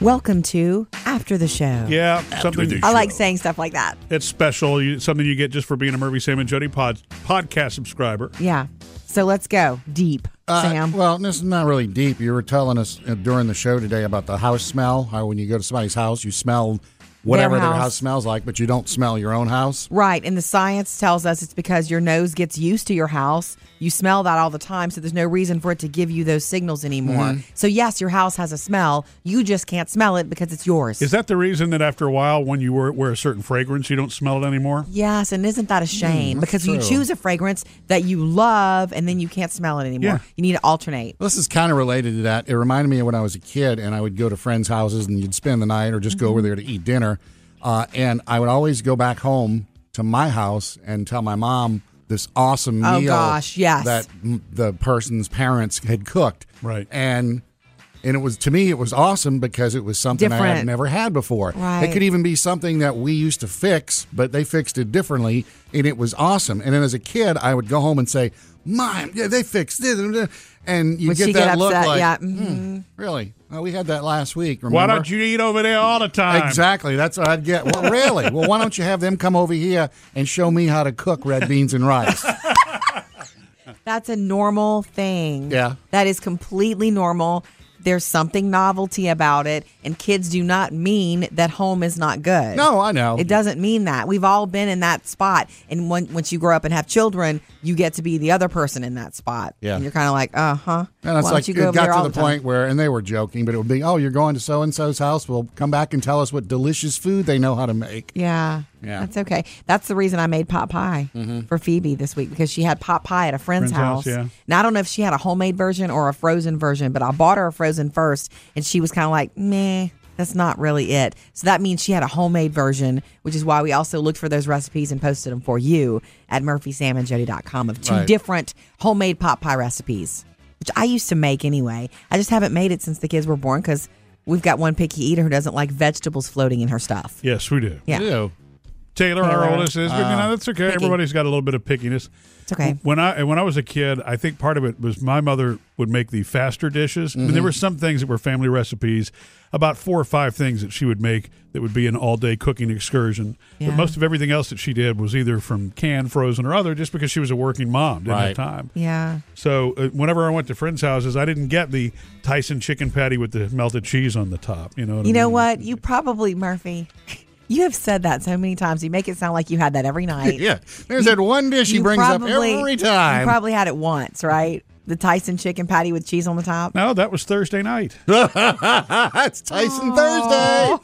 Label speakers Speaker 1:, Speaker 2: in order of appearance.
Speaker 1: Welcome to After the Show.
Speaker 2: Yeah, something
Speaker 3: the
Speaker 1: I like saying stuff like that.
Speaker 2: it's special. You, something you get just for being a Murphy Sam and Jody pod, podcast subscriber.
Speaker 1: Yeah. So let's go deep,
Speaker 4: Uh,
Speaker 1: Sam.
Speaker 4: Well, this is not really deep. You were telling us uh, during the show today about the house smell. How when you go to somebody's house, you smell whatever their house.
Speaker 1: house.
Speaker 4: smells like, but you don't smell your own house.
Speaker 1: Right. And the science tells us it's because your nose gets used to your house. You smell that all the time. So there's no reason for it to give you those signals anymore.
Speaker 4: Mm-hmm.
Speaker 1: So, yes, your house has a smell. You just can't smell it because it's yours.
Speaker 2: Is that the reason that after a while, when you wear, wear a certain fragrance, you don't smell it anymore?
Speaker 1: yes. And isn't that a shame? because you
Speaker 4: Hmm, true.
Speaker 1: choose a fragrance that you love and then you can't smell it anymore.
Speaker 2: Yeah.
Speaker 1: You need to alternate.
Speaker 4: This is kind of related to that. It reminded me of when I was a kid and I would go to friends' houses and you'd spend the night or just go
Speaker 1: Mm-hmm.
Speaker 4: over there to eat dinner. Uh, and I would always go back home to my house and tell my mom this awesome
Speaker 1: Oh,
Speaker 4: meal
Speaker 1: gosh, yes.
Speaker 4: that m- the person's parents had cooked.
Speaker 2: Right.
Speaker 4: And and it was to me it was awesome because it was something I
Speaker 1: Different.
Speaker 4: had never had before.
Speaker 1: Right.
Speaker 4: It could even be something that we used to fix, but they fixed it differently, and it was awesome. And then as a kid, I would go home and say, "Mom, yeah, they fixed this," and you
Speaker 1: Would
Speaker 4: get
Speaker 1: she
Speaker 4: that
Speaker 1: get
Speaker 4: look
Speaker 1: upset?
Speaker 4: like,
Speaker 1: Yeah. mm-hmm. mm.
Speaker 4: "Hmm, "Really? Well, we had that last week. Remember?
Speaker 2: Why don't you eat over there all the time?
Speaker 4: Exactly. That's what I'd get. Well, really? Well, why don't you have them come over here and show me how to cook red beans and rice?
Speaker 1: That's a normal thing.
Speaker 4: Yeah.
Speaker 1: That is completely normal. There's something novelty about it. And kids do not mean that home is not good.
Speaker 4: No, I know.
Speaker 1: It doesn't mean that. We've all been in that spot. And when, once you grow up and have children, you get to be the other person in that spot.
Speaker 4: Yeah.
Speaker 1: And you're kind of like, uh huh.
Speaker 4: And it's like it got to the point where, and they were joking, but it would be, "Oh, you're going to so and so's house. Well, come back and tell us what delicious food they know how to make."
Speaker 1: Yeah.
Speaker 4: Yeah.
Speaker 1: That's okay. That's the reason I made pot pie for Phoebe this week because she had pot pie at a friend's,
Speaker 2: Friend's house, yeah.
Speaker 1: Now, I don't know if she had a homemade version or a frozen version, but I bought her a frozen first and she was kind of like, meh. That's not really it. So that means she had a homemade version, which is why we also looked for those recipes and posted them for you at murphysamandjody.com of two
Speaker 4: Right.
Speaker 1: different homemade pot pie recipes, which I used to make anyway. I just haven't made it since the kids were born because we've got one picky eater who doesn't like vegetables floating in her stuff.
Speaker 2: Yes, we do.
Speaker 1: Yeah.
Speaker 4: Ew.
Speaker 2: Taylor, our
Speaker 1: Taylor. uh,
Speaker 2: oldest, is. but you know, that's okay.
Speaker 1: picky.
Speaker 2: Everybody's got a little bit of pickiness.
Speaker 1: It's okay.
Speaker 2: When I and when I was a kid, I think part of it was my mother would make the faster dishes. I
Speaker 1: Mm-hmm.
Speaker 2: mean, there were some things that were family recipes, about four or five things that she would make that would be an all day cooking excursion.
Speaker 1: Yeah.
Speaker 2: But most of everything else that she did was either from canned, frozen, or other, just because she was a working mom, didn't have
Speaker 4: Right.
Speaker 2: time.
Speaker 1: Yeah.
Speaker 2: So uh, whenever I went to friends' houses, I didn't get the Tyson chicken patty with the melted cheese on the top. You know, what
Speaker 1: You
Speaker 2: I
Speaker 1: know
Speaker 2: mean?
Speaker 1: what? You probably, Murphy, you have said that so many times. You make it sound like you had that every night.
Speaker 4: Yeah, there's that one dish he
Speaker 1: You
Speaker 4: brings
Speaker 1: probably-
Speaker 4: up every
Speaker 1: You
Speaker 4: time.
Speaker 1: probably had it once, right? The Tyson chicken patty with cheese on the top.
Speaker 2: No, that was Thursday night.
Speaker 4: it's Tyson Thursday.